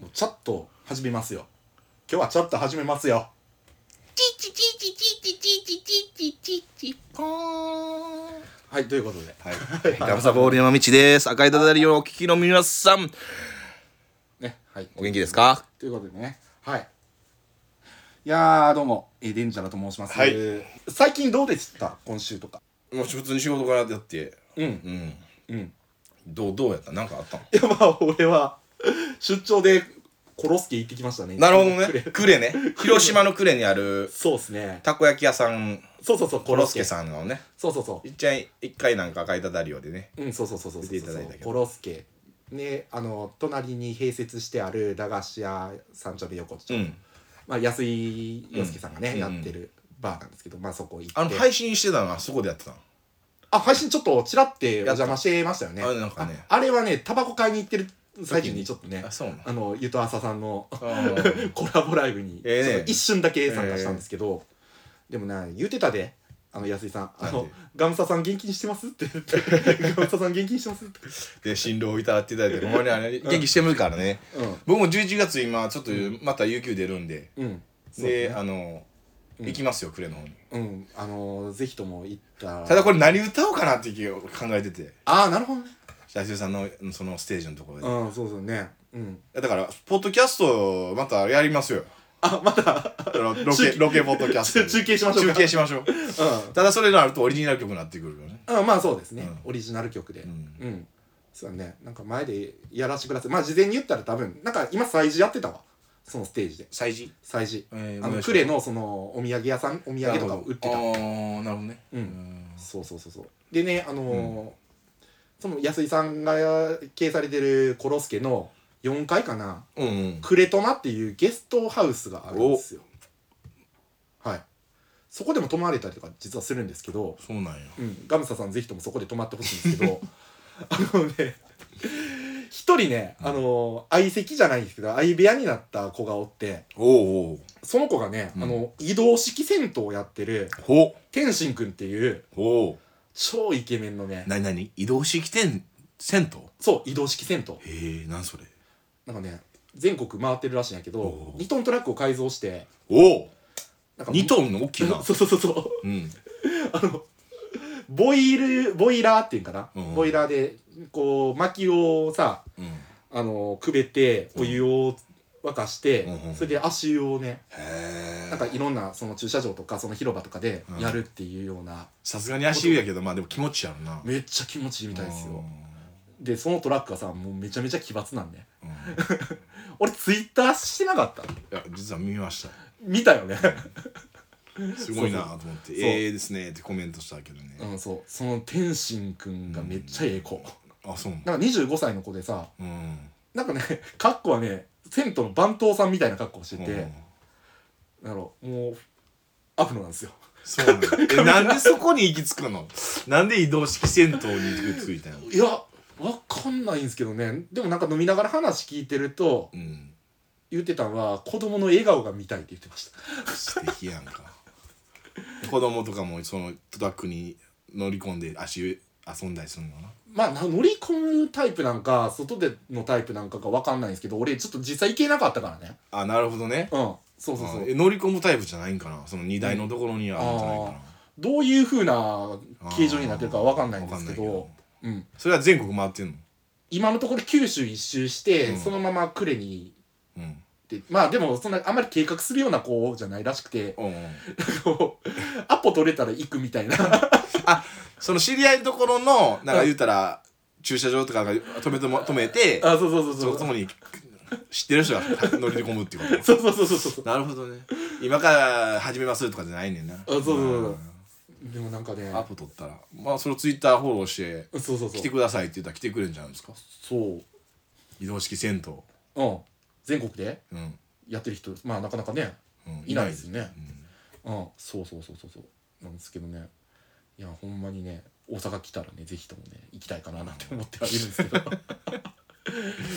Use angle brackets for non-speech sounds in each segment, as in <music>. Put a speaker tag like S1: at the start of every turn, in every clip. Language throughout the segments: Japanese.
S1: もうチャット始めますよ今日はチャット始めますよ
S2: チチチチチチチチチチチポーン
S1: はいということで、
S3: はい。ガムサボール山道です。赤いダダリをお聞きの皆さん、
S1: ねはい、
S3: お元気ですか
S1: ということでねはいいやーどうもえーデンジャラと申します、
S3: はい
S1: 最近どうでした今週とか
S3: もう普通に仕事からやって、
S1: うん
S3: うん。
S1: うん
S3: どう、どうやったなんかあったの
S1: いやまあ俺は出張でコロスケ行ってきましたね
S3: なるほどね
S1: クレ。
S3: クレね。広島のクレにある、
S1: そうですね
S3: たこ焼き屋さん、
S1: そうそうそう
S3: コ
S1: コ
S3: ロ
S1: ロ
S3: ス
S1: ス
S3: ケ
S1: ケ
S3: さんのね、
S1: そうそうそう
S3: いっちゃん一回なんか赤いダダリオでね。
S1: うん、そうそうそうそうそう
S3: 出ていただいたけど
S1: コロスケねあの隣に併設してある駄菓子屋三丁目横丁、
S3: うん。
S1: まあ、安井洋介さんがね、
S3: うん
S1: やってるバーなんですけど、まあ、そこ行って
S3: あの、配信してたのはそこでやってたの。
S1: あ配信ちょっとちらってお邪魔してましたよね
S3: やったあなんかね
S1: ああれはねタバコ買いに行ってる最中にちょっとね
S3: あ、そうなの。
S1: あのゆとあささんの <laughs>
S3: あー
S1: コラボライブに、
S3: ええね
S1: ちょっと一瞬だけ参加したんですけど、でもな言ってたであの安井さん「あ
S3: なん
S1: の
S3: で
S1: ガムサさん現金してます?」って言 <laughs> って「ガムサさん現金してます?」って、
S3: で、新郎をいただいていただいて、ほんまにあれ、元気してるからね。
S1: う
S3: 僕も11月今、ちょっとまた有給出るんで、
S1: んうんそう
S3: で、
S1: ね
S3: あの、
S1: うん
S3: 行きますよ、クレの方に。
S1: うんあのぜひとも行った
S3: ただこれ何歌おうかなっていう考えてて
S1: ああなるほどね
S3: 大輔さんのそのステージのところで、
S1: うんそうそうねうん
S3: だからポッドキャストまたやりますよ
S1: あまだ
S3: あのロケ
S1: 中継
S3: ロケポッドキャストで
S1: 中継しましょうか
S3: 中継しましょう
S1: う
S3: ただそれになるとオリジナル曲になってくるよね
S1: ん、うん、まあそうですね、
S3: うん
S1: オリジナル曲でう
S3: うんん、
S1: そうだねなんか前でやらせてくださいまあ事前に言ったら多分なんか今催事やってたわそのステージで
S3: 祭事
S1: 催事
S3: えー
S1: あの
S3: お願いします
S1: クレのそのお土産屋さんお土産とかを売って
S3: ああ
S1: た
S3: ーなるほどね
S1: うん
S3: ん
S1: そうそうそうそうでねあのーその安井さんが経営されてるコロスケの4階かな
S3: うんうん
S1: クレトナっていうゲストハウスがあるんですよはいそこでも泊まれたりとか実はするんですけど、
S3: そうなんや
S1: うん、ガムサさんぜひともそこで泊まってほしいんですけど <laughs> あのね一人ね、あの相席じゃないんですけど相部屋になった子がおって
S3: おうおう
S1: その子がね、
S3: うん
S1: あの移動式銭湯をやってる
S3: ほ
S1: 天心くんっていう
S3: うほ
S1: 超イケメンのね
S3: うなになに移動式店銭
S1: そう移動式銭湯
S3: 湯へえなんそれ
S1: なんかね全国回ってるらしいんやけど
S3: おー
S1: 2トントラックを改造して
S3: おお
S1: なんか
S3: 2トンの大きいな
S1: <laughs> そうそうそうそう
S3: うん
S1: ボイルボイラーっていうんかな、
S3: うん
S1: ボイラーでこう薪をさ
S3: うんへ
S1: あのくべてお湯を沸かして、
S3: うん
S1: それで足湯をね
S3: え
S1: なんかいろんなその駐車場とかその広場とかで
S3: うん
S1: やるっていうような、
S3: さすがに足湯やけどまあでも気持ちやろな
S1: めっちゃ気持ちいいみたいですよでそのトラックはさもうめちゃめちゃ奇抜なんね
S3: うんうんい
S1: 俺ツイッターしてなかった
S3: や実は見ました
S1: 見たよね
S3: すごいなと思って「ええですね」ってコメントしたけどね、
S1: うんそうその天心くんがめっちゃええ子、
S3: あそうなの
S1: なんか25歳の子でさ
S3: うん
S1: なんかね格好はね銭湯の番頭さんみたいな格好してて、
S3: うん
S1: なんだろうもうアフロなんですよ
S3: そうなのえなんでそこに行き着くのなんで移動式銭湯に行き着いたの
S1: いやわかんないんですけどねでもなんか飲みながら話聞いてると
S3: うん
S1: 言ってたのは子供の笑顔が見たいって言ってました
S3: 素敵やんか子供とかもそのトラックに乗り込んで足湯遊んだりするのかな
S1: まあな乗り込むタイプなんか外でのタイプなんかがわかんないんですけど俺ちょっと実際行けなかったからね
S3: あなるほどね
S1: うんそうそうそう
S3: あえ乗り込むタイプじゃないんかなその荷台のところにはあるんじゃないか
S1: どういう風な
S3: な、
S1: 形状になってるかはわかんないん
S3: わ
S1: ですけ
S3: わかん
S1: どうん
S3: それは全国回ってんの
S1: 今のところ九州一周して、
S3: うん
S1: そのまま呉に
S3: うん
S1: 行ってまあでもそんなあまり計画するような子じゃないらしくて <laughs>
S3: うんうん
S1: こうアポ取れたら行くみたいな
S3: その知り合いのところのなんか言うたら駐車場とかが止めても止めて
S1: <laughs> あそうそうそう
S3: そ
S1: そう
S3: こそ
S1: そう
S3: こに知ってる人が乗り込むっていうこ
S1: そうそうそうそう
S3: となるほどね今から始めますとかじゃないねんなあ
S1: そうそうでもなんかね
S3: アポ取ったらまあそれをツイッターフォローして
S1: そうそう
S3: 来
S1: そ
S3: て
S1: う
S3: くださいって言ったら来てくれるんじゃないですか
S1: そう
S3: 移動式銭
S1: うん全国で
S3: 湯うん、
S1: やってる人まあなかなかね
S3: うん、
S1: いないですよね
S3: うん
S1: うんそうそうそうそうそうなんですけどねいやほんまにね大阪来たらねぜひともね行きたいかななんて思ってはいるんですけ <laughs> どい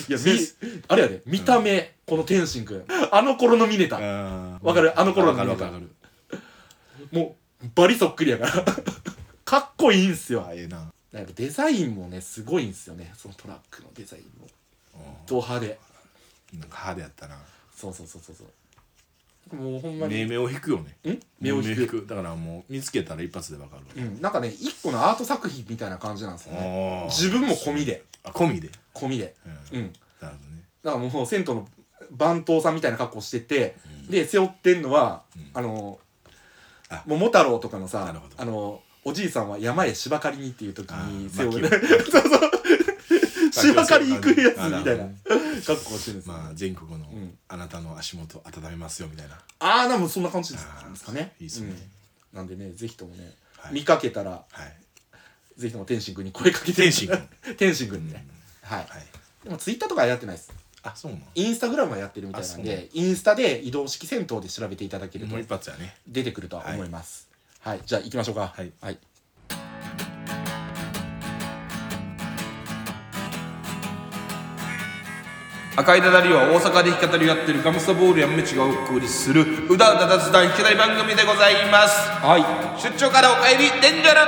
S1: やみあれやで見た目、この天心くんあの頃のミネタ、
S3: あー
S1: わかるあの頃の
S3: わかるわかるわかる
S1: もうバリそっくりやから <laughs> かっこいいんすよ
S3: あええな
S1: なんかデザインもねすごいんですよねそのトラックのデザインも
S3: うん
S1: ド派で
S3: なんか派手やったな
S1: そうそうそうそうそうもうほんま
S3: 目
S1: に
S3: 目を引くよね
S1: ん目を引く
S3: だからもう見つけたら一発でわかるわ
S1: う
S3: け、
S1: んなんかね一個のアート作品みたいな感じなんですよね
S3: あー
S1: 自分も込みで
S3: あ込みで、
S1: 込みで
S3: うん
S1: うん
S3: なるほどね
S1: だからもう銭湯の番頭さんみたいな格好してて、で背負ってんのは、
S3: ん
S1: あの
S3: あ
S1: 桃太郎とかの
S3: な
S1: さ
S3: るほど
S1: あのおじいさんは山へ芝刈りにっていう時
S3: あー
S1: に背負
S3: ま
S1: っ
S3: あ
S1: て <laughs> そうそう <laughs> 芝刈り行くやつみたいな
S3: あ
S1: 格好してるんですよ、
S3: まあ全国の
S1: ん
S3: あなたの足元温めますよみたいな、
S1: ああーなんかそんな感じですかね
S3: あーいいっすね
S1: うんなんでねぜひともね、
S3: はい
S1: 見かけたら
S3: はい
S1: ぜひとも天心君に声かけて
S3: 天心君
S1: <laughs> 天心君にね、はい
S3: はい
S1: でもツイッターとかはやってないです
S3: あそうなの
S1: インスタグラムはやってるみたいなん
S3: あ
S1: でインスタで移動式銭湯で調べていただけると
S3: もう一発やね
S1: 出てくるとは思いますはい、じゃあ行きましょうか
S3: はい
S1: はい、
S4: 赤いダダリは大阪で弾き語りをやってるガムスタボールやめちがお送りするうだうだ雑談弾き語り番組でございますはい出張からお帰りデンジャラ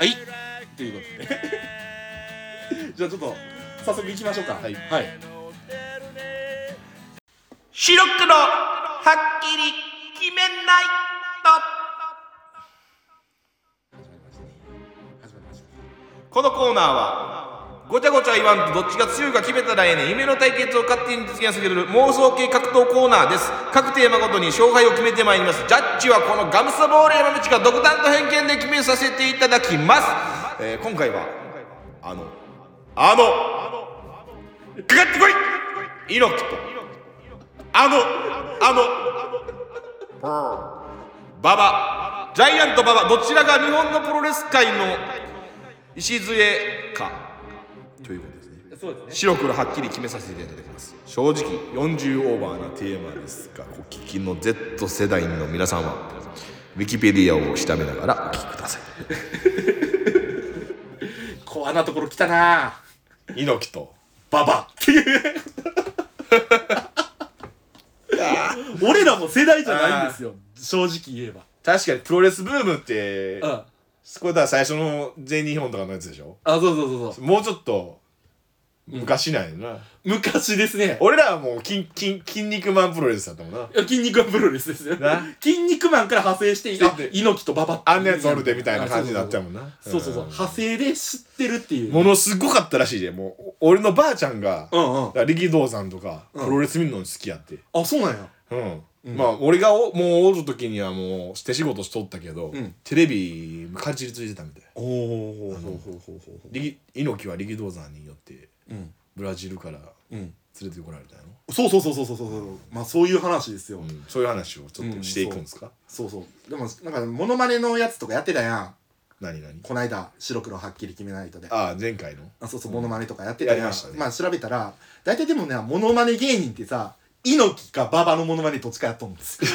S1: はい、ということで <laughs> じゃあちょっと早速行きましょうかはい、はい、
S4: 白黒はっきり決めないとこのコーナーはごちゃごちゃ言わんとどっちが強いか決めたらええねん夢の対決を勝手に実現する妄想系格闘コーナーです各テーマごとに勝敗を決めてまいりますジャッジはこのガムサボール山道が独断と偏見で決めさせていただきます、えー今回はあのあのかかってこい猪木とあの、あの、ババ、ジャイアントババ、どちらが日本のプロレス界の礎かということですね。
S1: そうですね
S4: 白黒はっきり決めさせていただきます。正直、40オーバーなテーマですが、お聞きの Z 世代の皆さんは、ウィキペディアを調べながらお聞きください。
S1: こうなところ来たな
S3: 猪木と
S1: バ <laughs> バっていう俺らも世代じゃないんですよ正直言えば
S3: 確かにプロレスブームって
S1: うんあ
S3: これだから最初の全日本とかのやつでしょ
S1: そうそうそうそう
S3: もうちょっと昔なんやな、
S1: 昔ですね
S3: 俺らはもう筋筋筋肉マンプロレスだったもんな
S1: 筋肉マンプロレスですよ
S3: な
S1: 筋肉マンから派生してあ
S3: で
S1: 猪木とババっていう
S3: あんなやつおるでみたいな感じになっちゃうもんな
S1: そうそうそう、
S3: ん
S1: 派生で知ってるっていう
S3: ものすごかったらしいでもうお俺のばあちゃんが、
S1: う
S3: だか
S1: んうん
S3: ら力道山とか、プロレス見るの好きやって
S1: あそうなんや
S3: うん、まあ俺がおもうおる時にはもう手仕事しとったけど、
S1: ん
S3: テレビかじりついてたみたい
S1: おおほうほうほうほう
S3: 力猪木は力道山によって
S1: うん
S3: ブラジルから
S1: う
S3: 連
S1: ん
S3: れてこられたんやろ、
S1: そうそうそうそうそうそうそうまあそういう話ですよ、
S3: うんそういう話をちょっとしていくんですか、
S1: そうそうでもなんかモノマネのやつとかやってたやん
S3: 何何
S1: こないだ白黒はっきり決めないとであ
S3: ああ前回の
S1: そうそうモノマネとかやってたやん
S3: やりましたね
S1: あ調べたら大体でもねモノマネ芸人ってさ猪木か馬場のモノマネどっちかやっとんですよ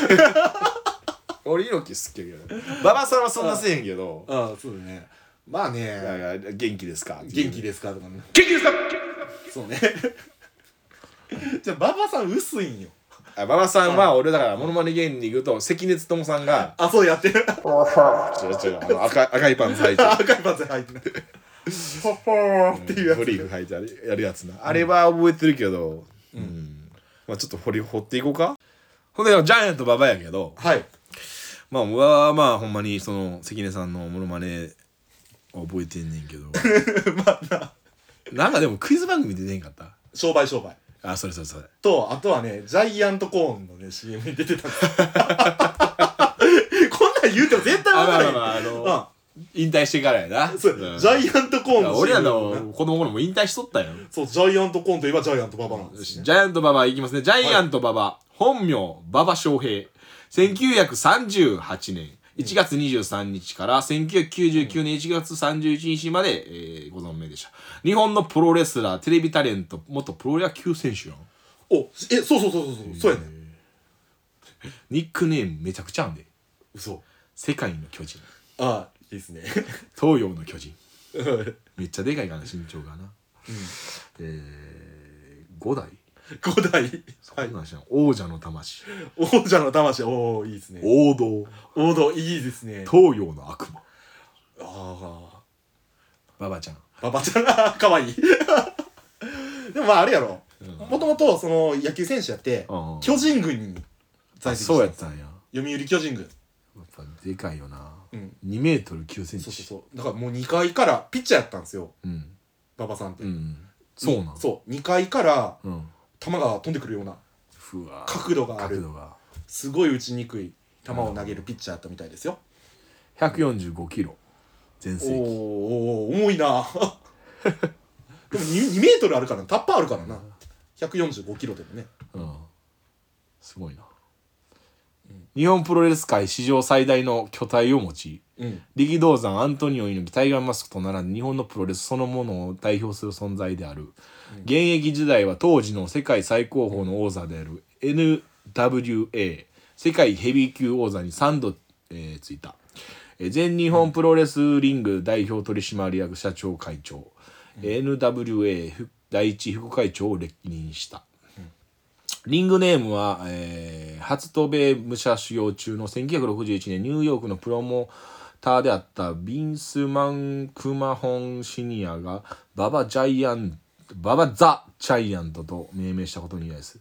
S3: 俺猪木好きやけど <laughs> 馬場さんはそんなせえへんけど
S1: ああそうだねまあね、
S3: だから元気ですか
S1: 元気
S3: で
S1: ですかとかね
S4: 元気ですか
S1: そうねじゃあ馬場さん薄いんよ
S3: 馬場さんは俺だからモノマネ芸人に行くと関根勤さんが
S1: あそうやってる
S3: ちょちょあの赤い赤いパンツ履いて
S1: 赤いパンツ入ってないほほーっていうやつ
S3: ブリーフ履いてあれやるやつなあれは覚えてるけどうん、まあちょっと掘り掘っていこうかほんでジャイアント馬場やけど
S1: はい
S3: まあ俺はまあほんまにその関根さんのモノマネを覚えてんねんけど
S1: <laughs>
S3: なんかでもクイズ番組出てへんかった
S1: 商売商売
S3: あそれそれそれ
S1: とあとはねジャイアントコーンのね CM に出てたんです <laughs> こんなん言うても絶対
S3: あ
S1: わ
S3: ま
S1: から
S3: あま
S1: へ
S3: あ
S1: ん
S3: まああの引退してからやな
S1: そう、
S3: ん
S1: ジャイアントコーンの CM
S3: 俺らの子供の頃も引退しとったよ
S1: そうジャイアントコーンといえばジャイアントババなんで
S3: よ
S1: す
S3: し
S1: ね
S3: ジャイアント馬場いきますねジャイアント馬場、本名馬場翔平1938年1月23日から1999年1月31日まで、えーご存命でした日本のプロレスラーテレビタレント元プロ野球選手やん
S1: おえそうそうそうそうそうそうやね
S3: ニックネームめちゃくちゃあんで
S1: 嘘
S3: 世界の巨人
S1: あいいですね <laughs>
S3: 東洋の巨人めっちゃでかいからな身長がな、えー、5代
S1: 古代はい
S3: なんしな王者の魂
S1: 王者の魂おおいいですね
S3: 王道
S1: 王道いいですね
S3: 東洋の悪魔
S1: ああ
S3: 馬場ちゃん
S1: ババちゃん <laughs> がかわいいでもまああれやろもともとその野球選手やって
S3: うんうん
S1: 巨人軍に在籍して
S3: そうやったんやや
S1: 読売巨人軍
S3: っぱでかいよな、
S1: うん
S3: 2メートル9センチ
S1: そうそうそうだからもう2階からピッチャーやったんですよ
S3: うん、
S1: 馬場さんって、
S3: うん、そうなん
S1: そう2階から
S3: う、ん、
S1: 球が飛んでくるような
S3: ふわ
S1: 角度があ
S3: 角
S1: る
S3: 度が
S1: すごい打ちにくい球を投げるピッチャーやったみたいですよ、
S3: 145キロ全盛
S1: おー
S3: 期
S1: おー重いな <laughs> でも 2, 2メートルあるからなタッパーあるからな145キロでもね
S3: うんすごいな、日本プロレス界史上最大の巨体を持ち
S1: うん
S3: 力道山アントニオ猪木タイガーマスクと並んで日本のプロレスそのものを代表する存在である、現役時代は当時の世界最高峰の王座である NWA 世界ヘビー級王座に3度、えーついた、えー全日本プロレスリング代表取締役社長会長、NWA 副第一副会長を歴任した、リングネームは、えー初渡米武者修行中の1961年ニューヨークのプロモーターであったビンスマン・クマホン・シニアがババ・ジャイアンババ・ザ・ジャイアントと命名したことに由来です。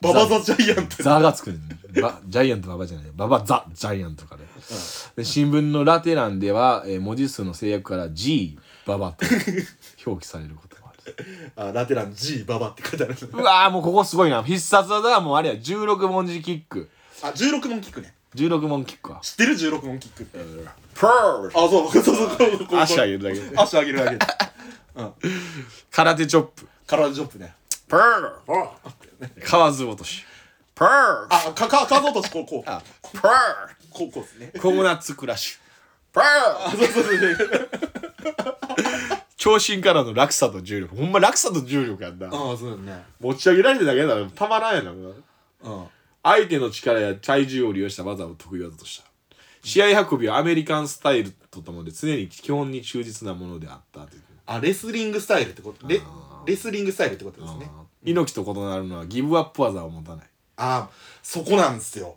S1: ババザジャイアント
S3: ザがつくんですバジャイアントババじゃないババザジャイアントかね、で新聞のラテ欄では、えー文字数の制約から G ババと表記されることもある
S1: あラテラン G ババって書いてある
S3: <laughs> うわーもうここすごいな必殺技はもうあれや16文字キック
S1: あ16問キックね
S3: 16文キックは
S1: 知ってる16問キックって
S3: プー
S1: あそうそうそうそうこう
S3: 足上げるだけで
S1: 足上げるだけで
S3: 空手チョップ
S1: 体ジョップね
S3: プー河津落としプー
S1: あかかかぞとしこうこう
S3: プー
S1: こうこうですね
S3: ココナッツクラッシュプ
S1: そ
S3: ー
S1: うそうそうそう
S3: 長身からの落差と重力ほんま落差と重力やんな
S1: ああそうだね
S3: 持ち上げられてるだけだろたまらんやろ
S1: うん
S3: 相手の力や体重を利用した技を得意技とした試合運びはアメリカンスタイルとともに常に基本に忠実なものであったという
S1: あレスリングスタイルってことレレスリングスタイルってことですね
S3: 猪木と異なるのはギブアップ技を持たない
S1: ああそこなんですよ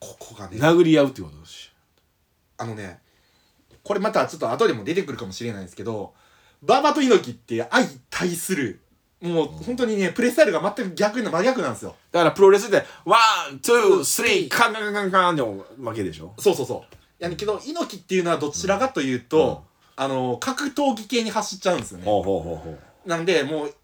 S1: ここがね
S3: 殴り合うってことだし
S1: あのねこれまたちょっと後でも出てくるかもしれないですけど馬場と猪木って相対するもう本当にねプレースタイルが全く逆な真逆なんですよ
S3: だからプロレスでワン、ツー、スリー、カンカンカンカンって負けでしょ
S1: そうそうそうやねんけど猪木っていうのはどちらかというと、あの格闘技系に走っちゃうんですよね
S3: ほうほうほうほう
S1: なんでもう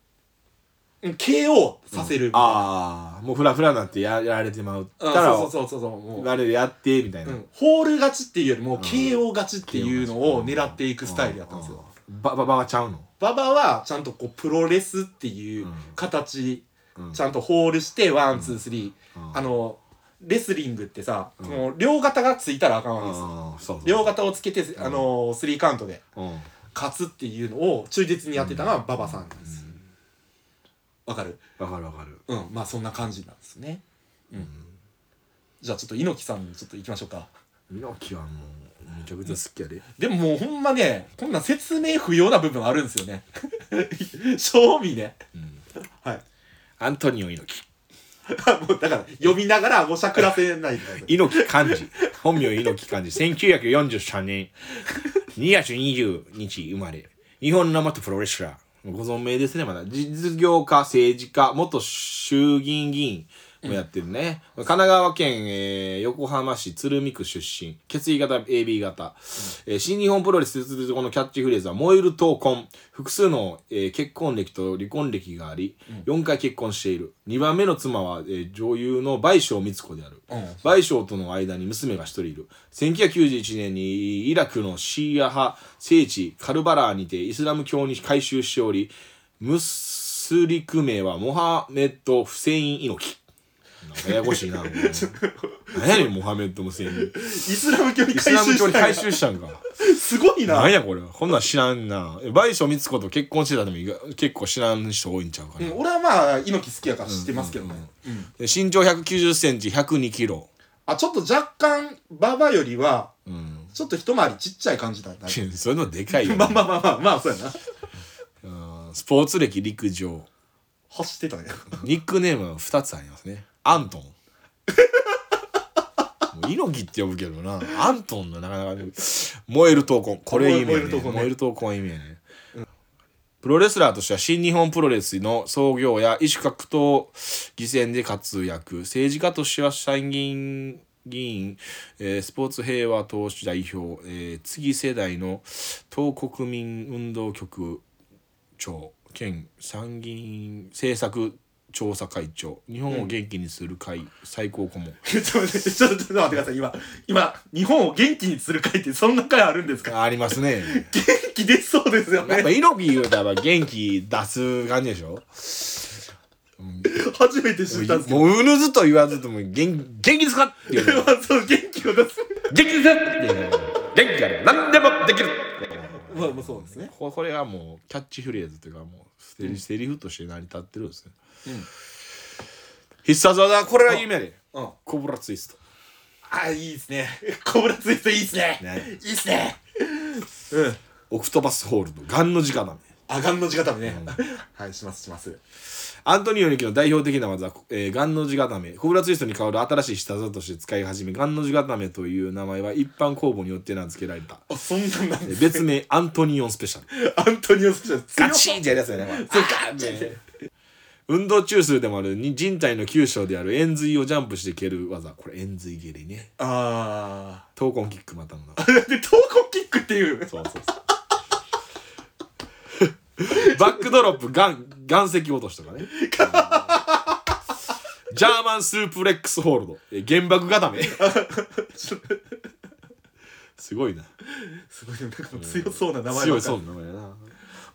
S1: うん KO させる、
S3: ああもうフラフラになってややられてまう
S1: うん
S3: だから
S1: そうそうそうそうもう
S3: あれでやってみたいな、
S1: うんホール勝ちっていうよりも KO 勝ちっていうのを狙っていくスタイルやったんですよ。
S3: ババババちゃうの
S1: 馬場はちゃんとこうプロレスっていう形、
S3: ん
S1: ちゃんとホールしてワンツースリ
S3: うん
S1: ーあのレスリングってさ、この両肩がついたらあかんわけですよ。
S3: ああそうそう
S1: 両肩をつけて、あのスリーカウントで
S3: うん
S1: 勝つっていうのを忠実にやってたのは馬場さんなんです。わ、かる
S3: わかるわかる
S1: うんまあそんな感じなんですね。うんじゃあちょっと猪木さんちょっと行きましょうか。
S3: 猪木はもうめちゃくちゃ好きやで
S1: でももうほんまね、こんなん説明不要な部分あるんですよね。 <laughs> 正味ね。はい。
S3: アントニオ猪
S1: もうだから、読みながらもうしゃくらせないでくださ
S3: 木猪木漢字本名猪木漢字1943年2月20日生まれ日本の元プロレスラーご存命ですねまだ実業家政治家元衆議院議員もやってるね、神奈川県、えー横浜市鶴見区出身血液型 AB 型、えー新日本プロレス鉄道のキャッチフレーズは「燃える闘魂」複数の、えー結婚歴と離婚歴があり、4回結婚している2番目の妻は、えー女優の倍賞光子である、
S1: うん
S3: 賠償との間に娘が一人いる1991年にイラクのシーア派聖地カルバラーにてイスラム教に改宗しておりムスリク名はモハメッド・フセイン・猪木なんかややこしいなもう
S1: <laughs>
S3: 何やねんモハメッド・フセイン
S1: い。イスラム教に
S3: イス
S1: 回
S3: ラム
S1: 収
S3: 教に
S1: した
S3: 改
S1: い。
S3: 宗したんか
S1: すごいな
S3: 何。やこれこんなん知らんなえ賠償光子と結婚してたのも意外結構知らん人多いんちゃうか
S1: う
S3: な、
S1: ん俺はまあ、猪木好きやから知ってますけどね。うん
S3: で身長1 9 0ンチ1 0 2キロ
S1: あ、ちょっと若干、馬場よりは、
S3: うん
S1: ちょっと一回りちっちゃい感じだよね。
S3: それのでかいよ、
S1: <laughs>
S3: ね
S1: まあまあまあまあ、まあそうやな。
S3: うんスポーツ歴陸上
S1: 走ってたね。
S3: ニックネームは2つありますねアントンもう猪木って呼ぶけどなアントンのなかなかね燃える闘魂これいい
S1: 燃
S3: ね
S1: える闘魂ね
S3: 燃える闘魂はいいね、プロレスラーとしては新日本プロレスの創業や異種格闘技戦で活躍政治家としては参議院議員、えースポーツ平和党首代表、えー次世代の党国民運動局長兼参議院政策調査会長日本を元気にする会、最高顧問
S1: ちょっと待って、ちょっとちょっと待ってください。今、今、日本を元気にする会ってそんな会あるんですか
S3: ありますね
S1: 元気出そうですよ
S3: やっぱ
S1: ね。
S3: 猪木言うたら元気出す感じでしょ
S1: <laughs> 初めて知ったんですけど。
S3: もううぬずと言わずとも元元気ですかっていう元
S1: そう、元気を出す。
S3: 気ですかっていう元気があれば何でもできる
S1: まあ、まあそうですね。
S3: ここれがもうキャッチフレーズというかもうセリ,、セリフとして成り立ってるんですね、必殺技これが夢やで
S1: うん。
S3: コブラツイスト
S1: あ、いいですね。コブラツイストいいですね。
S3: ね
S1: いいですね。うん。
S3: オクトバスホールドガンの直だね
S1: あがんの字固めね。 <laughs> はい、します、します。
S3: アントニオ猪木の代表的な技、えー、ガンの字固め。コブラツイストに代わる新しい下技として使い始め、ガンの字固めという名前は一般公募によって名付けられた。
S1: あ、そんなんなん
S3: え
S1: で <laughs>
S3: ー別名、 <laughs> アントニオンスペシャル。
S1: アントニオスペシャル。
S3: ガチーンってやるやつだよね。
S1: そうガチって。
S3: 運動中枢でもあるに人体の急所である円髄をジャンプして蹴る技。これ円髄蹴りね。
S1: あ
S3: 闘魂キックまたの名前。
S1: ー。で、闘魂キックっていう。
S3: そうそうそう。バックドロップ、ガン、岩石落としとかね。ジャーマンスープレックスホールド。え原爆固め。すごいな。
S1: すごい、なんか強そうな名前
S3: 強いそうな名前だな。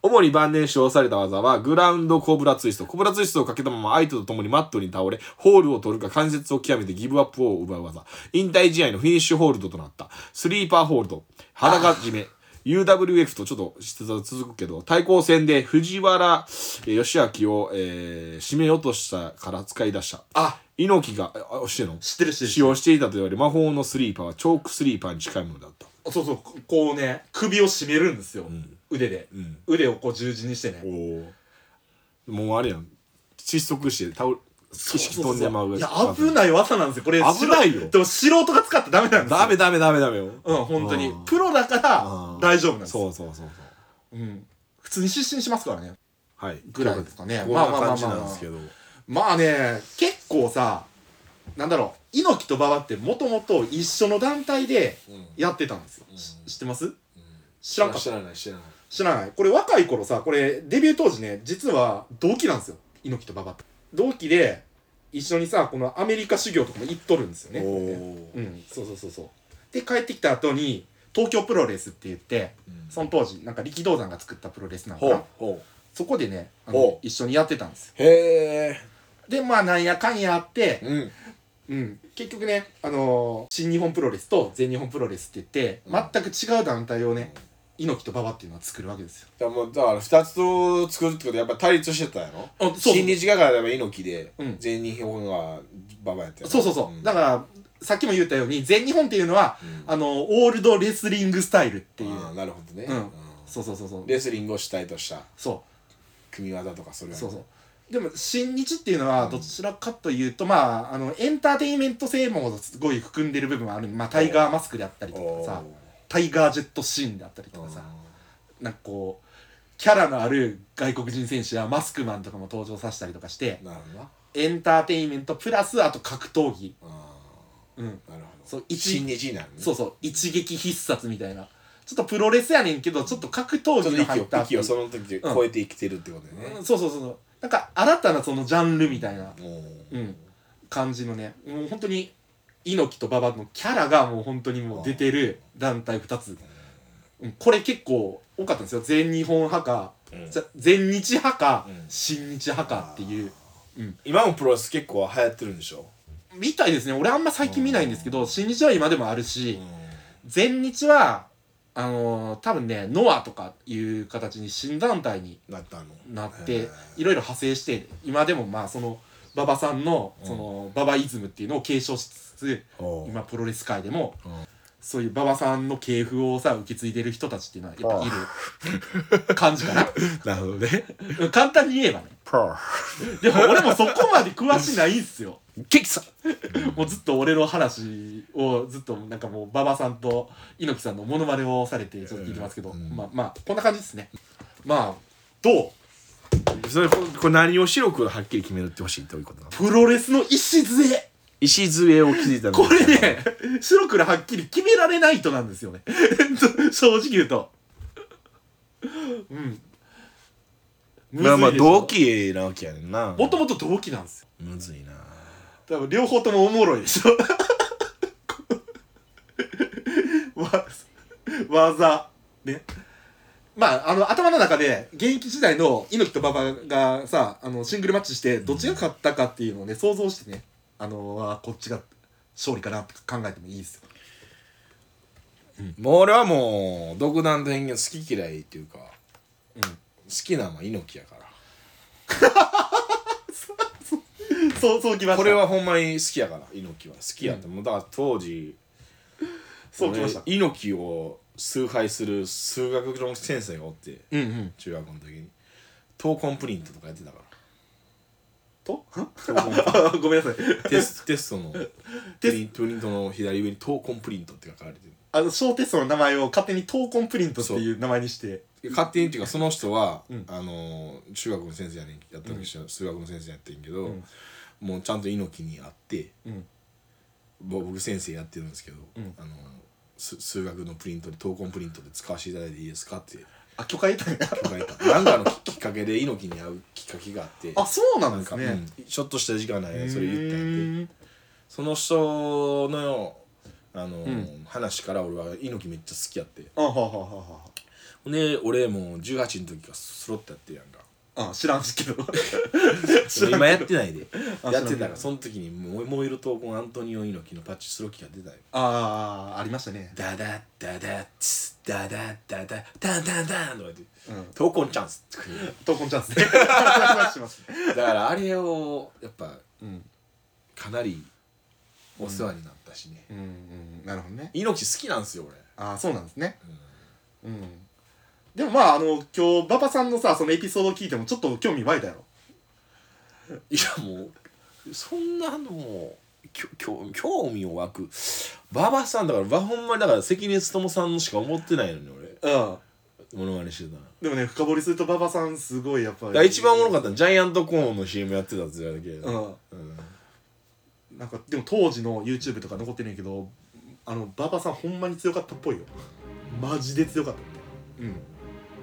S3: 主に晩年使用された技は、グラウンドコブラツイスト。コブラツイストをかけたまま相手と共にマットに倒れ、ホールを取るか関節を極めてギブアップを奪う技。引退試合のフィニッシュホールドとなった。スリーパーホールド。裸締め。UWF とちょっと質問続くけど、対抗戦で藤原えー義明を、えー締め落としたから使い出した。
S1: あ、
S3: 猪木が、あ、してんの
S1: 知ってる、知ってる
S3: 使。用していたと言われ、魔法のスリーパーはチョークスリーパーに近いものだった。
S1: そうそうここうね首を締めるんですよ、腕で、
S3: ん
S1: 腕をこう十字にしてね
S3: おおもうあれやん窒息して倒れ意識飛んでまう
S1: い
S3: や
S1: や
S3: つ
S1: 危ない技なんですよこれ
S3: 危ないよ
S1: でも素人が使ってダメなんですよ
S3: ダメダメダメダメよ
S1: うん本当に
S3: うん
S1: プロだから大丈夫なんです
S3: そうそうそうそう
S1: うん、普通に失神しますからね
S3: はい
S1: ぐらいですかね
S3: こんな感じなんですけど
S1: まあね結構さなんだろう猪木と馬場ってもともと一緒の団体でやってたんですよ、し知ってます、知らんかった
S3: らない知らない
S1: 知らないこれ若い頃さこれデビュー当時ね実は同期なんですよ猪木と馬場って同期で一緒にさこのアメリカ修行とかも行っとるんですよね
S3: お
S1: うんそうそうそうそうで帰ってきた後に東京プロレスって言ってその当時なんか力道山が作ったプロレスなのか
S3: ほ
S1: な
S3: うほう
S1: そこでねあ
S3: ほ
S1: の
S3: う
S1: 一緒にやってたんですよ
S3: へえ
S1: でまあなんやかんやあって、
S3: うん
S1: うん、結局ね、あのー新日本プロレスと全日本プロレスって言って、全く違う団体をね猪木と馬場っていうのは作るわけですよ
S3: だからもうだから2つと作るってことはやっぱ対立してたんやろ
S1: あそうそう
S3: 新日がからやっぱ猪木で
S1: うん
S3: 全日本がババやって
S1: そうそうそう、だかららさっきも言ったように全日本っていうのは、あのオールドレスリングスタイルっていう、
S3: なるほどね
S1: うん
S3: うん
S1: そうそうそうそう
S3: レスリングを主体とした
S1: そ
S3: 組み技とかそれ
S1: う
S3: は
S1: そうそうでも新日っていうのはどちらかというと、まああのエンターテインメント性もすごい含んでる部分はあるまあタイガーマスクであったりと
S3: お
S1: かさ
S3: ー
S1: タイガージェットシーンであったりとかさなんかこうキャラのある外国人選手やマスクマンとかも登場させたりとかして
S3: なるほどな
S1: エンターテインメントプラスあと格闘技、
S3: あ
S1: うん、
S3: ーなるほど
S1: そう一
S3: 新日になるね
S1: そうそう一撃必殺みたいなちょっとプロレスやねんけどちょっと格闘
S3: ち
S1: 技
S3: ょっ
S1: の
S3: と
S1: 入
S3: 息
S1: ったってい
S3: を息
S1: う
S3: をその時で超えて生きてるってことでね
S1: うんそうそうそうそうなんか新たなそのジャンルみたいな、
S3: お
S1: う
S3: ー
S1: ん、感じのねもう本当に猪木と馬場のキャラがもう本当にもう出てる団体2つ、うん、これ結構多かったんですよ全日本派か、
S3: うん
S1: じゃ全日派か、
S3: うん
S1: 新日派かっていう
S3: 今もプロレス結構流行ってるんでしょ
S1: みたいですね俺あんま最近見ないんですけど、新日は今でもあるし、
S3: うん
S1: 全日はあのー多分ねノアとかいう形に新団体に
S3: なったの
S1: なっ
S3: へ
S1: てい
S3: ー
S1: ろいろ派生して今でもまあその馬場さんのその馬場イズムっていうのを継承しつつ
S3: おー
S1: 今プロレス界でも
S3: うん
S1: そういう馬場さんの系譜をさ受け継いでる人たちっていうのはやっぱいる感じかな
S3: なるほどね
S1: 簡単に言えばね
S3: プロ
S1: でも俺もそこまで詳しないんすよケーキさんもうずっと俺の話をずっとなんかもう馬場さんと猪木さんのモノマネをされてちょっと聞いてますけど、
S3: うん
S1: まあまあこんな感じですねまあどう
S3: それここれ何を白くはっきり決めるってほしいってどういうことなの
S1: プロレスの礎
S3: 石杖を築いたの
S1: これね白黒はっきり決められないとなんですよね <laughs> 正直言うとうん
S3: <laughs> まあまあ同
S1: も
S3: 期なわけやねんな
S1: ともと同期なんですよ
S3: むずいな
S1: 多分両方ともおもろいでしょ <laughs> わ技ねまああの頭の中で現役時代の猪木と馬場がさあのシングルマッチしてどっちが勝ったかっていうのをね想像してねあのあこっちが勝利かなって考えてもいいですよ
S3: もう俺はもう独断と偏見好き嫌いっていうか、
S1: うん
S3: 好きなのは猪木やから
S1: そうそうきました
S3: これはほんまに好きやから猪木は好きやって、もうだから当時
S1: そうきました
S3: 俺猪木を崇拝する数学の先生がおって
S1: うんうん
S3: 中学の時に闘魂プリントとかやってたから
S1: と <laughs>
S3: 闘魂プリン
S1: あごめんなさい
S3: トテステ
S1: <laughs>
S3: ストのプリンプリントの左上に闘魂プリントって書かれてる
S1: あの小テストの名前を勝手に闘魂プリントっていう名前にして
S3: 勝手にっていうかその人は、
S1: うん
S3: あのー中学の先生やねんやったわけしょ、数学の先生やってんけど、
S1: うん
S3: もうちゃんと猪木に会って
S1: うん
S3: ぼ僕先生やってるんですけど、
S1: うん
S3: あのーす数学のプリントで闘魂プリントで使わせていただいていいですかって
S1: あ許可得たんや
S3: 書かれた <laughs> 何かのきっかけで猪木に会うきっかけがあって
S1: あそうな
S3: なんん
S1: です
S3: か、
S1: ね
S3: うんちょっとした時間内でそれ言ったんやって
S1: ん
S3: その人のあのー
S1: う
S3: 話から俺は猪木めっちゃ好きやって
S1: あはははは
S3: ほんで俺もう18の時からスロットやってるやんか
S1: あ知らんす <laughs> けど
S3: 今やってないで
S1: あ
S3: やっ
S1: 知らん
S3: てた
S1: けど
S3: らその時に「もう燃える闘魂アントニオ猪木」のパッチスロキが出たよ
S1: ああありましたね
S3: ダダッダダッツダダッダダッダンダンダンとか言って
S1: うん
S3: 「闘魂チャンス」とか言う
S1: 闘魂チャンスねしますね
S3: だからあれをやっぱ
S1: <laughs> うん
S3: かなりお世話になったしね、
S1: うんうんなるほどね
S3: 猪木好きなんですよ俺
S1: ああそうなんですねうんでもまああの今日馬場さんのさそのエピソードを聞いてもちょっと興味湧いたやろ
S3: いやもうそんなのもうきょきょ興味を湧く馬場さんだからわほんまにだから関根勤さんのしか思ってないのに俺
S1: うん
S3: モノマネしてたら
S1: でもね深掘りすると馬場さんすごいやっぱ
S3: だから
S1: り
S3: 一番おもろかったのジャイアントコーンの CM やってたって言われたけど、
S1: うん
S3: うん
S1: なんかでも当時の YouTube とか残ってるんやけどあの馬場さんほんまに強かったっぽいよマジで強かったうん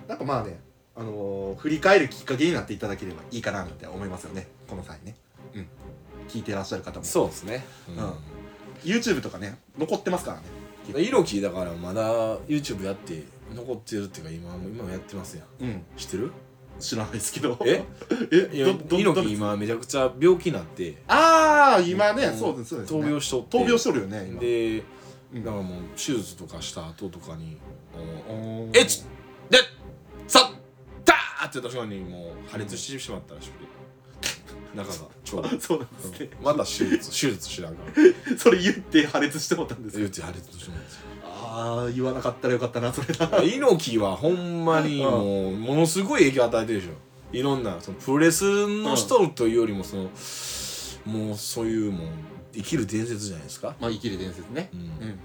S1: なんかまあねあのー振り返るきっかけになっていただければいいかなって思いますよねこの際ねうん聞いてらっしゃる方も
S3: そうですね、
S1: ん YouTube とかね残ってますからね
S3: うん、猪木だからまだ YouTube やって残ってるっていうか今も今もやってますやん
S1: うん
S3: 知ってる
S1: 知らないですけど
S3: えい
S1: <laughs> え
S3: や
S1: どどど
S3: 猪木今めちゃくちゃ病気になって
S1: ああ今ね
S3: ん
S1: そうですそうです、ね、
S3: 闘病しとって
S1: 闘病しとるよね今
S3: で
S1: う
S3: だ
S1: ん
S3: からもう手術とかした後とかに
S1: お
S3: もう
S1: ー
S3: えちでさダーって確かにもう破裂してしまったらしくて中が腸 <laughs> が
S1: そうなんですね
S3: また手術手術しなが <laughs> ら
S1: それ言って破裂してもったんです
S3: 手
S1: よ
S3: 術破裂してしまったんですよ
S1: ああ言わなかったらよかったなそれな
S3: 猪木はほんまにもうものすごい影響与えてるでしょいろんなそのプロレスの人というよりもその、もうそういうもう生きる伝説じゃないですか、
S1: まあ生きる伝説ね
S3: うん
S1: うん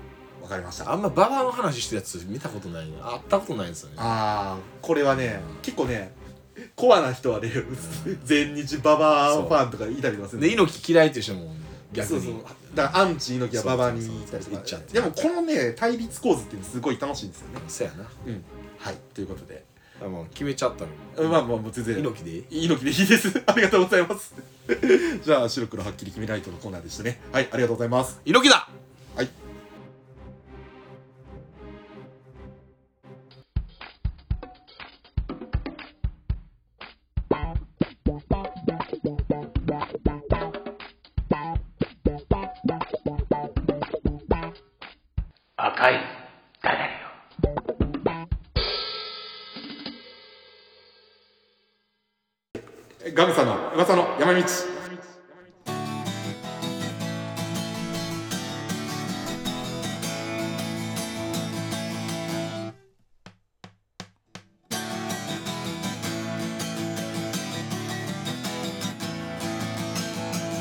S1: わかりました
S3: あんま馬場の話してるやつ見たことないね会ったことないんですよね
S1: あーこれはね結構ねコアな人はね全日ババアファンとかいたりとかするん
S3: で猪木嫌いっていう人も逆
S1: そう
S3: に
S1: そうだからアンチ猪木はババアに行ったりと
S3: そうそうそうそう行っち
S1: か
S3: ゃって
S1: でもこのね対立構図っていうのすごい楽しいんですよね
S3: そうやな
S1: うんはいということで
S3: あもう決めちゃったの
S1: まあまあもう全然
S3: 猪木でいい
S1: 猪木でいいですありがとうございますじゃあ白黒はっきり決めないとのコーナーでしたねはいありがとうございます
S3: 猪木だ
S1: はい
S2: 赤いダダよ
S1: ガムさんの噂の山道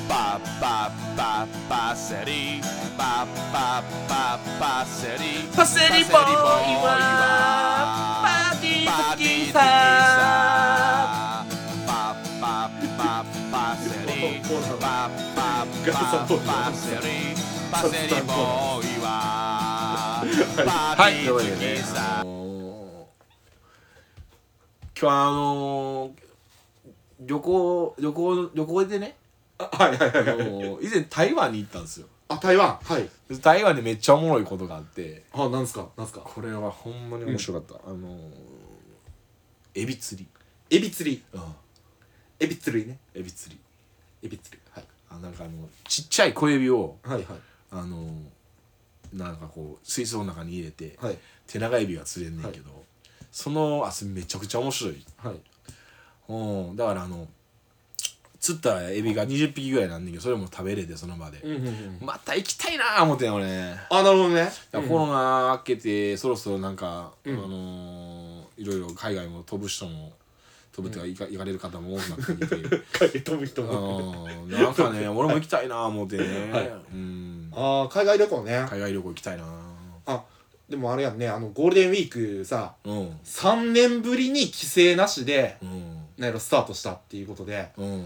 S5: ババパパセリパパパパセリ
S2: パセリボーイはパーティー好きさ
S5: パパパパセリパパパパセリパセリボーイはパーティー好きさ
S3: 今日あのー旅行旅行旅行でね、
S1: はいはい
S3: あ
S1: はいはい <laughs>
S3: のー以前台湾に行ったんですよ
S1: あ台湾はい
S3: 台湾でめっちゃおもろいことがあって
S1: あなんすかなんすか
S3: これはほんまに面白かった、あのーエビ釣り
S1: エビ釣り
S3: うん
S1: エビ釣りね
S3: エビ釣り
S1: エビ釣りはい
S3: あなんかあのちっちゃい小エビを
S1: はいはい
S3: あのーなんかこう水槽の中に入れて、
S1: はい
S3: 手長エビが釣れんねんけど、その遊びめちゃくちゃ面白い
S1: はい
S3: うんだからあの釣ったエビが20匹ぐらいなんだけどそれも食べれてその場で、
S1: うんうんうん
S3: また行きたいなあ思ってん俺、ね、
S1: あなるほどね
S3: いやコロナ明けてそろそろなんか、
S1: ん
S3: あのーいろいろ海外も飛ぶ人も飛ぶっていうか行か行かれる方も多くなってきて
S1: 海外飛ぶ人
S3: あ
S1: も
S3: ーなんかね俺も行きたいなあ思ってね、
S1: はい
S3: うん
S1: あー海外旅行ね
S3: 海外旅行行きたいな
S1: あでもあれやんねあのゴールデンウィークさ
S3: うん
S1: 3年ぶりに規制なしで
S3: うん
S1: なんやろスタートしたっていうことで
S3: うん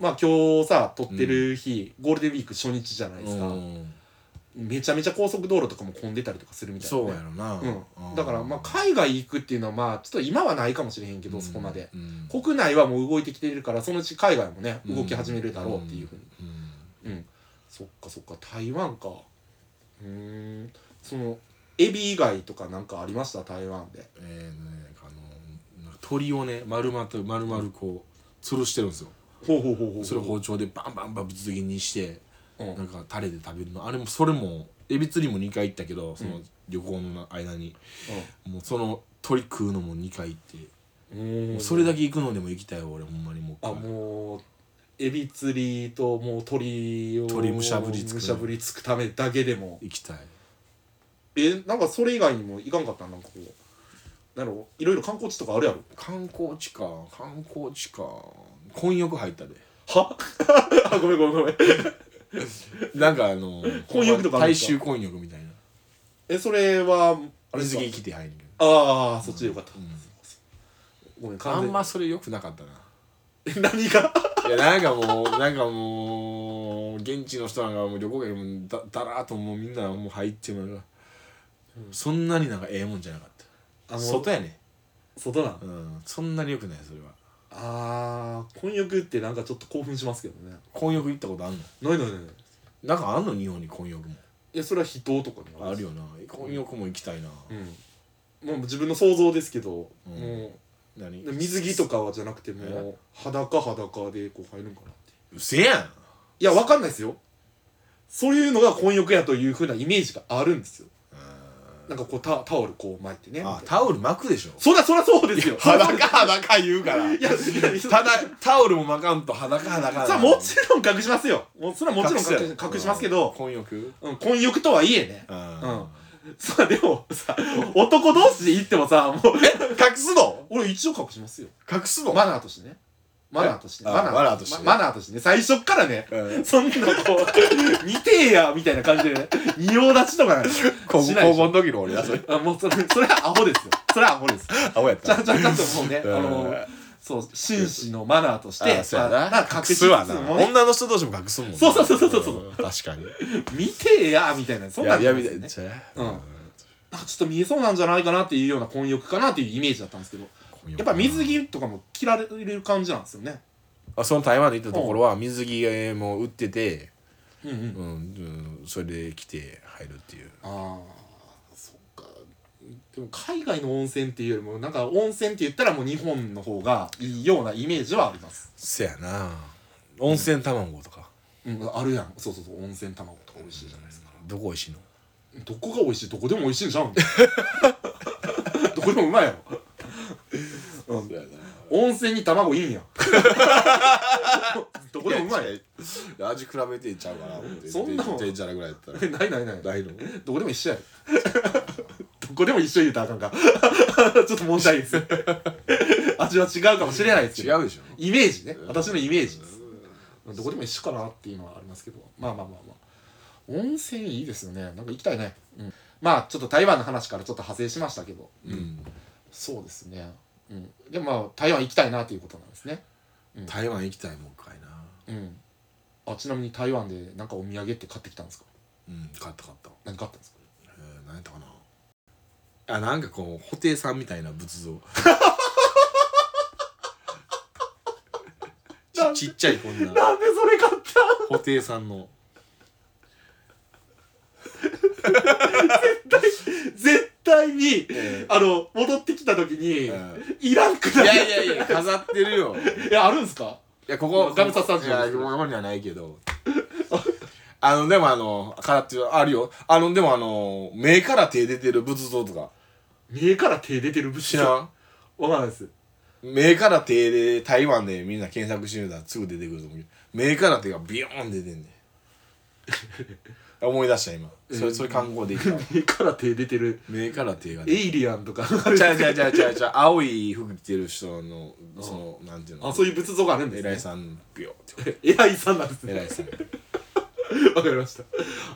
S1: まあ今日さ撮ってる日、ゴールデンウィーク初日じゃないですか、
S3: うん
S1: めちゃめちゃ高速道路とかも混んでたりとかするみたいな、
S3: そ
S1: ね、
S3: うやろな、
S1: うん、だからまあ海外行くっていうのはまあちょっと今はないかもしれへんけど、そこまで
S3: うん
S1: 国内はもう動いてきてるからそのうち海外もね
S3: うん
S1: 動き始めるだろうっていうふうに
S3: うん
S1: うん、そっかそっか台湾かうーんそのエビ以外とかなんかありました台湾で
S3: えーねなんかあのなんか鳥をね丸まと丸々こう吊るしてるんですよ
S1: ほうほうほうほう
S3: それを包丁でバンバンバンぶつ切りにして
S1: うん
S3: なんかタレで食べるのあれもそれもエビ釣りも2回行ったけどその旅行の間にもうその鳥食うのも2回行って
S1: うん
S3: もうそれだけ行くのでも行きたいわ俺ほんまにもう
S1: あもうエビ釣りともう鳥を
S3: 鳥むしゃぶりつく
S1: むしゃぶりつくためだけでも
S3: 行きたい
S1: えなんかそれ以外にもいかんかったなんかこうなんやろいろいろ観光地とかあるやろ
S3: 観光地か観光地か混浴入ったで <laughs>
S1: は <laughs> あごめんごめんごめん
S3: なんかあの
S1: <laughs> 混浴とかあるんで
S3: 大
S1: すか
S3: 衆混浴みたいな
S1: えそれはあれです
S3: 水
S1: か
S3: 着着て入るみたいな
S1: ああそっちでよかった、ごめん完
S3: あ
S1: 全
S3: ん
S1: に
S3: まそれ良くなかった
S1: <laughs>
S3: な
S1: 何が
S3: いやなんかもうなんかもう現地の人なんかもう旅行客もだだらーっともうみんなもう入ってもなんかそんなになんかええもんじゃなかっ
S1: あの
S3: た外やね
S1: 外なの
S3: うんそんなに良くないそれは
S1: あー混浴ってなんかちょっと興奮しますけどね
S3: 混浴行ったことあんの
S1: ないないないない
S3: なんかあんの日本に混浴も
S1: えそれは人とかに
S3: あるよな混浴も行きたいな、
S1: うんもう自分の想像ですけど、
S3: うん
S1: も
S3: 何
S1: う水着とかはじゃなくてもう裸裸でこう入るんかなって
S3: うせやん
S1: いやわかんないですよそういうのが混浴やというふうなイメージがあるんですよなんかこうタタオルこう巻いてねみたい
S3: あ
S1: な
S3: タオル巻くでしょ
S1: そりゃそりゃそうですよ
S3: 裸裸言うから
S1: いやいや
S3: ただタオルも巻かんと裸裸
S1: さあもちろん隠しますよもうそれはもちろん隠し隠しますけど、
S3: 混浴
S1: うん、混浴とはいえね
S3: うん
S1: さあでもさ男同士で行ってもさもう
S3: 隠すの
S1: 俺一応隠しますよ
S3: 隠すの
S1: マナーとしてねマナーとしてね
S3: あ
S1: マナー
S3: マナーとしてね
S1: ママナーとしてね最初っからね
S3: うん
S1: そんなこう <laughs> 見てえやみたいな感じでね仁王立ちとかね
S3: 高
S1: しないでし
S3: 校
S1: ょ
S3: の時の俺だそれ
S1: あもうそれそれはアホですよそれはアホです
S3: アホやっ
S1: ちゃ
S3: た
S1: んちゃんちゃんともうねあ
S3: うん
S1: のそう紳士のマナーとして
S3: あそうやな
S1: まあ隠し
S3: 隠
S1: つ
S3: す
S1: つ
S3: わな
S1: もね
S3: 女の人同士も隠すもんな
S1: そうそうそうそうそうそうん
S3: 確かに
S1: 見てえやみたいなそんなん
S3: い
S1: じゃ
S3: や
S1: ないいで
S3: や
S1: すよね
S3: みたいな
S1: うんなんかちょっと見えそうなんじゃないかなっていうような混浴かなっていうイメージだったんですけどやっぱ水着とかも着られる感じなんですよね
S3: あその台湾で行ったところは水着も売ってて
S1: うんうん
S3: うんうんそれで来て入るっていう
S1: ああそっかでも海外の温泉っていうよりもなんか温泉って言ったらもう日本の方がいいようなイメージはあります
S3: せやな温泉卵とか
S1: うんあるやんそうそうそう温泉卵とか美味しいじゃないですか
S3: どこ美味しいの
S1: どこが美味しいどこでも美味しいんじゃん <laughs> どこでもうまいやろ、うん、温泉に卵いいんや <laughs> どこでもうまい
S3: 味比べてちゃうかな
S1: そんなもん
S3: てんちゃらぐらいや
S1: <laughs>
S3: ったら
S1: ないないない
S3: ないの
S1: どこでも一緒や <laughs> でどこでも一緒言うたらあかん <laughs> かちょっと問題です <laughs> 味は違うかもしれないですけど
S3: 違うでしょ
S1: イメージね私のイメージですどこでも一緒かなっていうのはありますけどまあまあまあまあ温泉いいですよねなんか行きたいね、うん、まあちょっと台湾の話からちょっと派生しましたけど、
S3: うん、
S1: そうですね、うん、でもまあ台湾行きたいなということなんですね、
S3: 台湾行きたいもんかいな
S1: うん、あちなみに台湾でなんかお土産って買ってきたんですか
S3: うん買った買った
S1: 何買ったんですか
S3: えー、何やったかなあなんかこう布袋さんみたいな仏像ちちっちゃいこんな
S1: なんでそれ買っ
S3: 布袋さんの
S1: た絶対に、
S3: え
S1: あの戻ってきた時に、
S3: うん
S1: いらんく
S3: い
S1: なる
S3: やいやいや飾ってるよ
S1: いやあるんですか
S3: いやここ
S1: ガムサスタジオ
S3: いやここにはないけどあのでもあの空っていうあるよあのでもあの目から手出てる仏像とか
S1: 目から手出てる物
S3: 知
S1: 質
S3: ら
S1: わ
S3: ん
S1: かんないです
S3: 目から手で台湾でみんな検索してみたらすぐ出てくると思うけど目から手がビヨーン出てんねん <laughs> 思い出した今それそれ観光で行ったわ
S1: 目から手出てる
S3: <laughs> 目から手が
S1: エ
S3: 出て
S1: イリアンと <laughs> か
S3: ちゃうちゃうちゃうちゃうちゃう青い服着てる人のそのなんていうの
S1: あそういう仏像があるんですね
S3: 偉いさんビヨーンって
S1: 偉いさんなんですね
S3: 偉い <laughs> さん
S1: わかりました。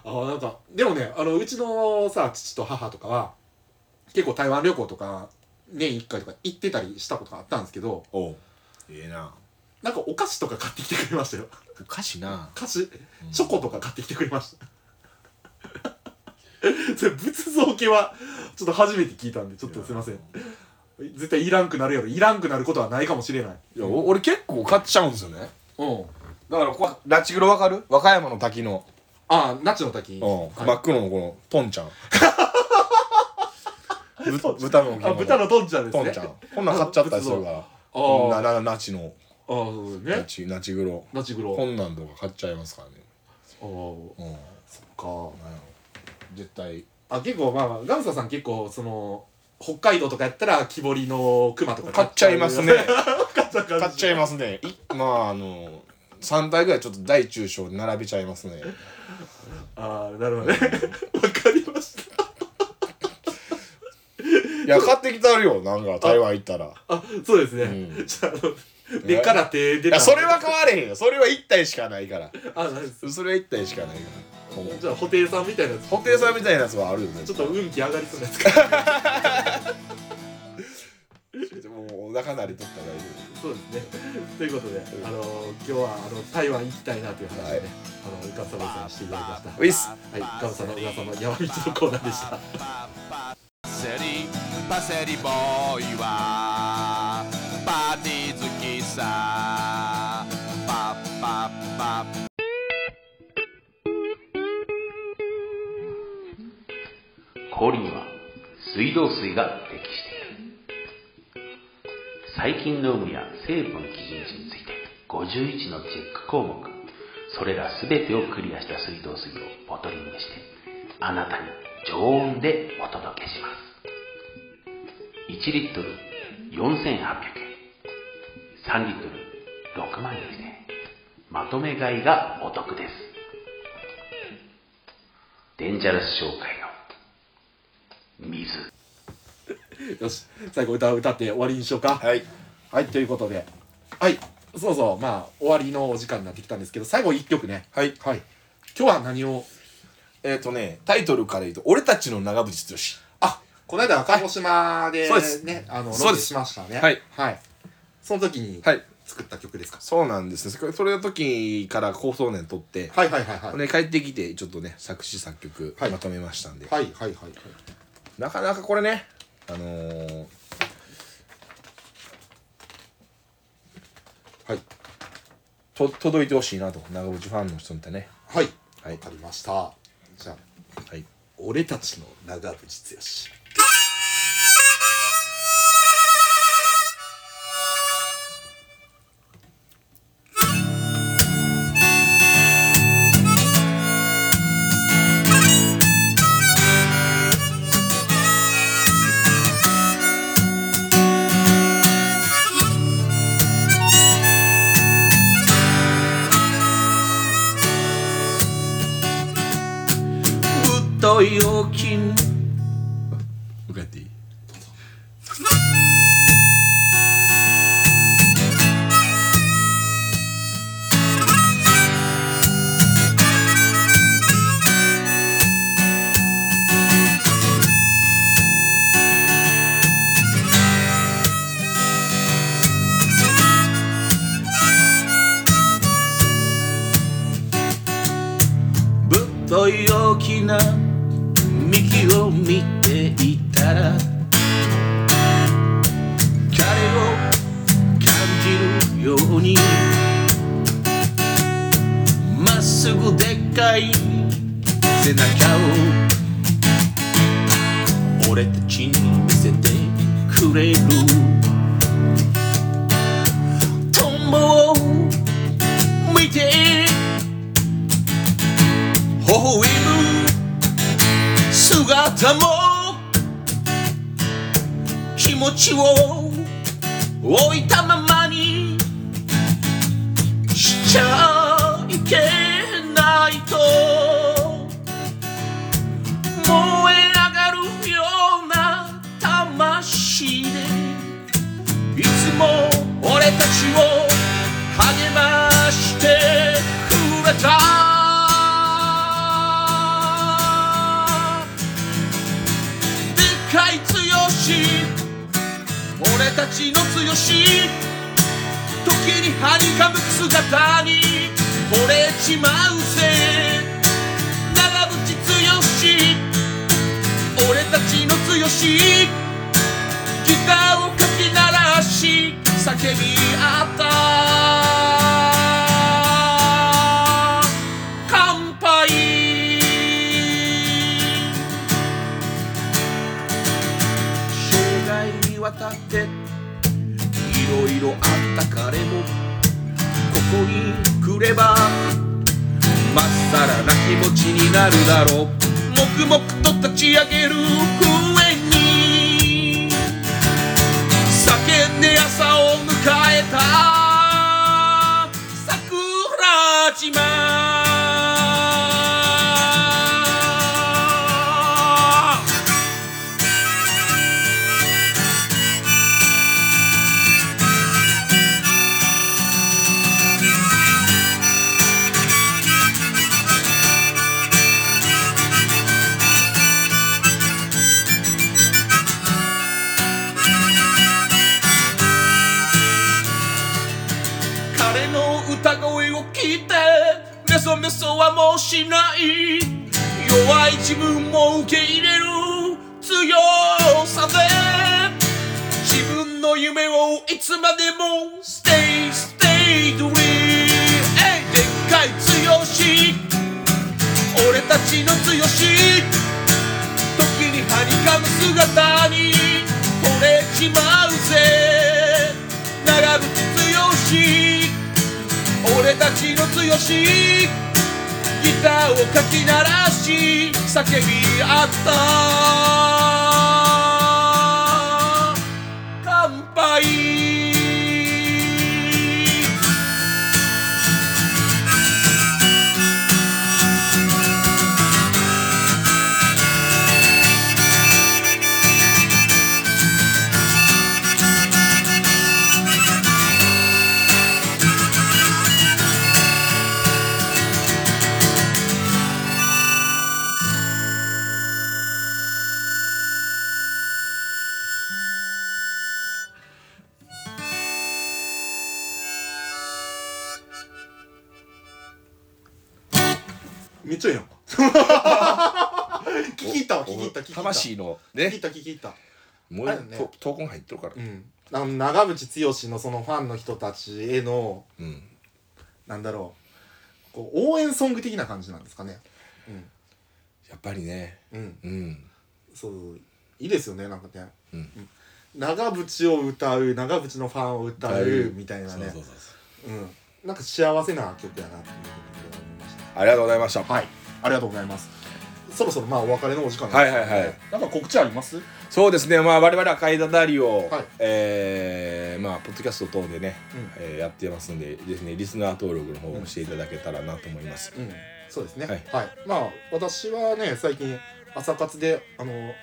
S1: あなんかでもねあのうちのさ父と母とかは結構台湾旅行とか年1回とか行ってたりしたことがあったんですけど
S3: おうええな
S1: なんかお菓子とか買ってきてくれましたよ。
S3: おかしいな
S1: 菓子チョコとか買ってきてくれました。 <laughs> それ仏像系はちょっと初めて聞いたんでちょっとすいません絶対いらんくなるやろいらんくなることはないかもしれない
S3: いやお俺結構買っちゃうんですよね
S1: うん
S3: だからこラチグロわかる和歌山の滝の
S1: ああ那智の滝
S3: うん、
S1: はい
S3: 真っ黒のこのトンちゃ <laughs> んぶ豚の置
S1: あ
S3: 物
S1: 豚のトンちゃんです
S3: ト
S1: ね
S3: ンちゃんこんなん買っちゃったりするから
S1: あー
S3: ななナチの
S1: ああそう
S3: ナ
S1: ね
S3: チナチグロ
S1: 那智黒
S3: こんなんとか買っちゃいますからね
S1: あ
S3: うん
S1: あか
S3: なんやろ絶対
S1: あ結構まあまあガムサさん結構その北海道とかやったら木彫りの熊とか
S3: 買っちゃいますね
S1: <laughs> 買っちゃう
S3: 買っちゃいますねいまああの3体ぐらいちょっと大中小並べちゃいますね
S1: ああなるほどね <laughs> わかりました
S3: いや買ってきたるよなんか台湾行ったら
S1: あそうですね、
S3: うん
S1: じゃああの目から手出
S3: いやそれは買われへんよそれは1体しかないから
S1: あなんです
S3: それは1体しかないからもう
S1: じゃあ布袋さんみたいなやつ
S3: 布袋さんみたいなやつはあるよね
S1: ちょっと運気上がりそうなやつか
S3: もうお腹なりとったらいい
S1: そうですねということで、
S3: ん
S1: あの今日はあの台湾行きたいなという話をね、
S3: はい
S1: あのガムサさんにしていただきま
S3: ウィス
S1: したはいガムサの皆様山道のコーナーでした
S5: セリパセリボーイはパーティー好きさパッパッパッ
S6: 氷には水道水が適している細菌の有無や成分基準値について51のチェック項目それら全てをクリアした水道水をボトリングしてあなたに常温でお届けします1リットル4800円3リットル6万円でまとめ買いがお得ですデンジャラス商会の水
S1: よし最後歌を歌って終わりにしようか
S3: はい
S1: はい、ということで。はい、そうそう、まあ、終わりのお時間になってきたんですけど、最後一曲ね。
S3: はい
S1: はい。今日は何を
S3: えっ、ー、とねタイトルから言うと「俺たちの長渕剛
S1: あ、この間、鹿児島で、ね
S3: はいそう
S1: あの、
S3: そ
S1: ロ
S3: う
S1: ケ
S3: です
S1: しましたね。
S3: はい。
S1: はい。その時に」
S3: はい
S1: 作った曲ですか。
S3: そうなんですねそれそれの時から高想年撮って、
S1: はい、はい、はい、はい。
S3: で帰ってきてちょっとね作詞作曲
S1: はい
S3: まとめましたんで、
S1: はい、はい、はい。
S3: なかなかこれねあのー、
S1: はい。
S3: と届いてほしいなと長渕ファンの人にってね
S1: はい。わ、
S3: はい
S1: かりました。じゃあ、
S3: はい
S1: 俺たちの長渕剛。
S6: 太いお金
S3: 向かっていい
S6: 「
S2: ごい大きな幹を見ていたら彼を感じるようにまっすぐでっかい背中を俺たちに見せてくれるトンボを見て微笑む姿も気持ちを置いたままにしちゃいけないと燃え上がるような魂でいつも俺たちを励ましてくれたでかい強し俺たちの強し時にはにかむ姿に惚れちまうぜ長渕剛俺たちの強しギターをかき鳴らし叫び合った乾杯生涯にわたっていろいろあった彼もここに来ればまっさらな気持ちになるだろう黙々と立ち上げる公園に叫んで朝を迎えた桜島彼の歌声を聞いてメソメソはもうしない弱い自分も受け入れる強さで自分の夢をいつまでも Stay, stay, dream えいでっかい強し俺たちの強し時にはにかむ姿に惚れちまうぜ長渕剛俺たちの強しギターをかき鳴らし叫び合った乾杯
S1: めっちゃええやん <laughs> 聞き入ったわ聞き入った聞き入った
S4: 魂の
S1: 聞き入
S4: ね
S1: った聞き入った
S4: もう
S1: あれね
S4: と闘魂入ってるから
S1: うんあの長渕剛のそのファンの人たちへの
S4: うん
S1: なんだろうこう応援ソング的な感じなんですかね
S4: やっぱりね
S1: うん
S4: うん
S1: そういいですよねなんかね、
S4: うん
S1: 長渕を歌う長渕のファンを歌うみたいな
S4: そう
S1: ね
S4: そうそうそう
S1: うんなんか幸せな曲やなっていうふうに思いました
S4: ありがとうございました
S1: はいありがとうございますそろそろまあお別れのお時間
S4: はいはいはい
S1: なんか告知あります
S4: そうですねまあ我々赤いダダリを、
S1: はい
S4: えーまあポッドキャスト等でね、
S1: うん
S4: えーやってますんでですねリスナー登録の方をしていただけたらなと思います、
S1: うんそうですね
S4: はい
S1: はい、まあ私はね最近朝活であの <laughs>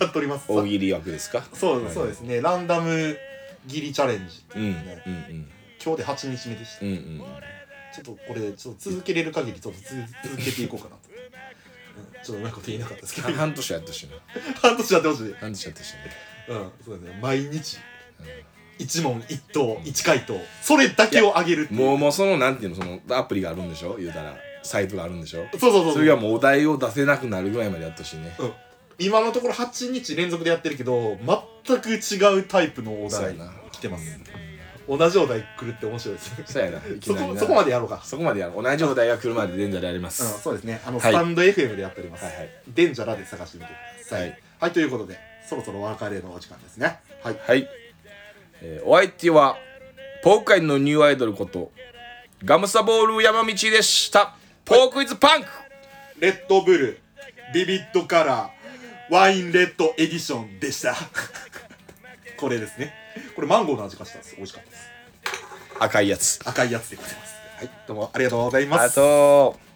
S1: やっております
S4: 大喜利枠ですか
S1: そう、
S4: はい
S1: そうですねランダム切りチャレンジって
S4: うん
S1: いううんね、今日で8日目でした、
S4: うんうんうん
S1: ちょっとこれちょっと続けれる限りちょっとつ続けていこうかなと、うん、ちょっとうまいこと言えなかったですけど
S4: 半半年やったしな
S1: 半年やってほしいうん
S4: 半年やったしね
S1: そうですね毎日一問一答一回答それだけをあげるっていう
S4: もうもうそのなんていうのそのアプリがあるんでしょ言うたら
S3: サイトがあるんでしょ
S1: そうそうそう
S3: それがもうお題を出せなくなるぐらいまでやってほしいね
S1: 今のところ8日連続でやってるけど全く違うタイプのお
S3: そうや
S1: 題
S3: な
S1: 来てます同じお題来るって面白い
S3: <laughs>
S1: ですね
S3: そうやないき
S1: そ
S3: なり
S1: こ
S3: な
S1: そこまでやろうか、
S3: そこまでやろう同じお題が来るまで連打でやり
S1: う
S3: ま
S1: ん、
S3: す、
S1: そうですねあの、
S3: はい
S1: スタンド FM でやっております、
S3: はいはい
S1: デンジャラで探してみてください
S3: は
S1: はいい、ということでそろそろお別れのお時間ですねはい
S3: はい、えーお相手はポーク界のニューアイドルことガムサボール山道でしたポークイズパンク、
S1: レッドブルビビッドカラーワインレッドエディションでした <laughs> これですねこれマンゴーの味がしたんです美味しかったです
S3: 赤いやつ
S1: 赤いやつでございますはいどうもありがとうございます
S3: あと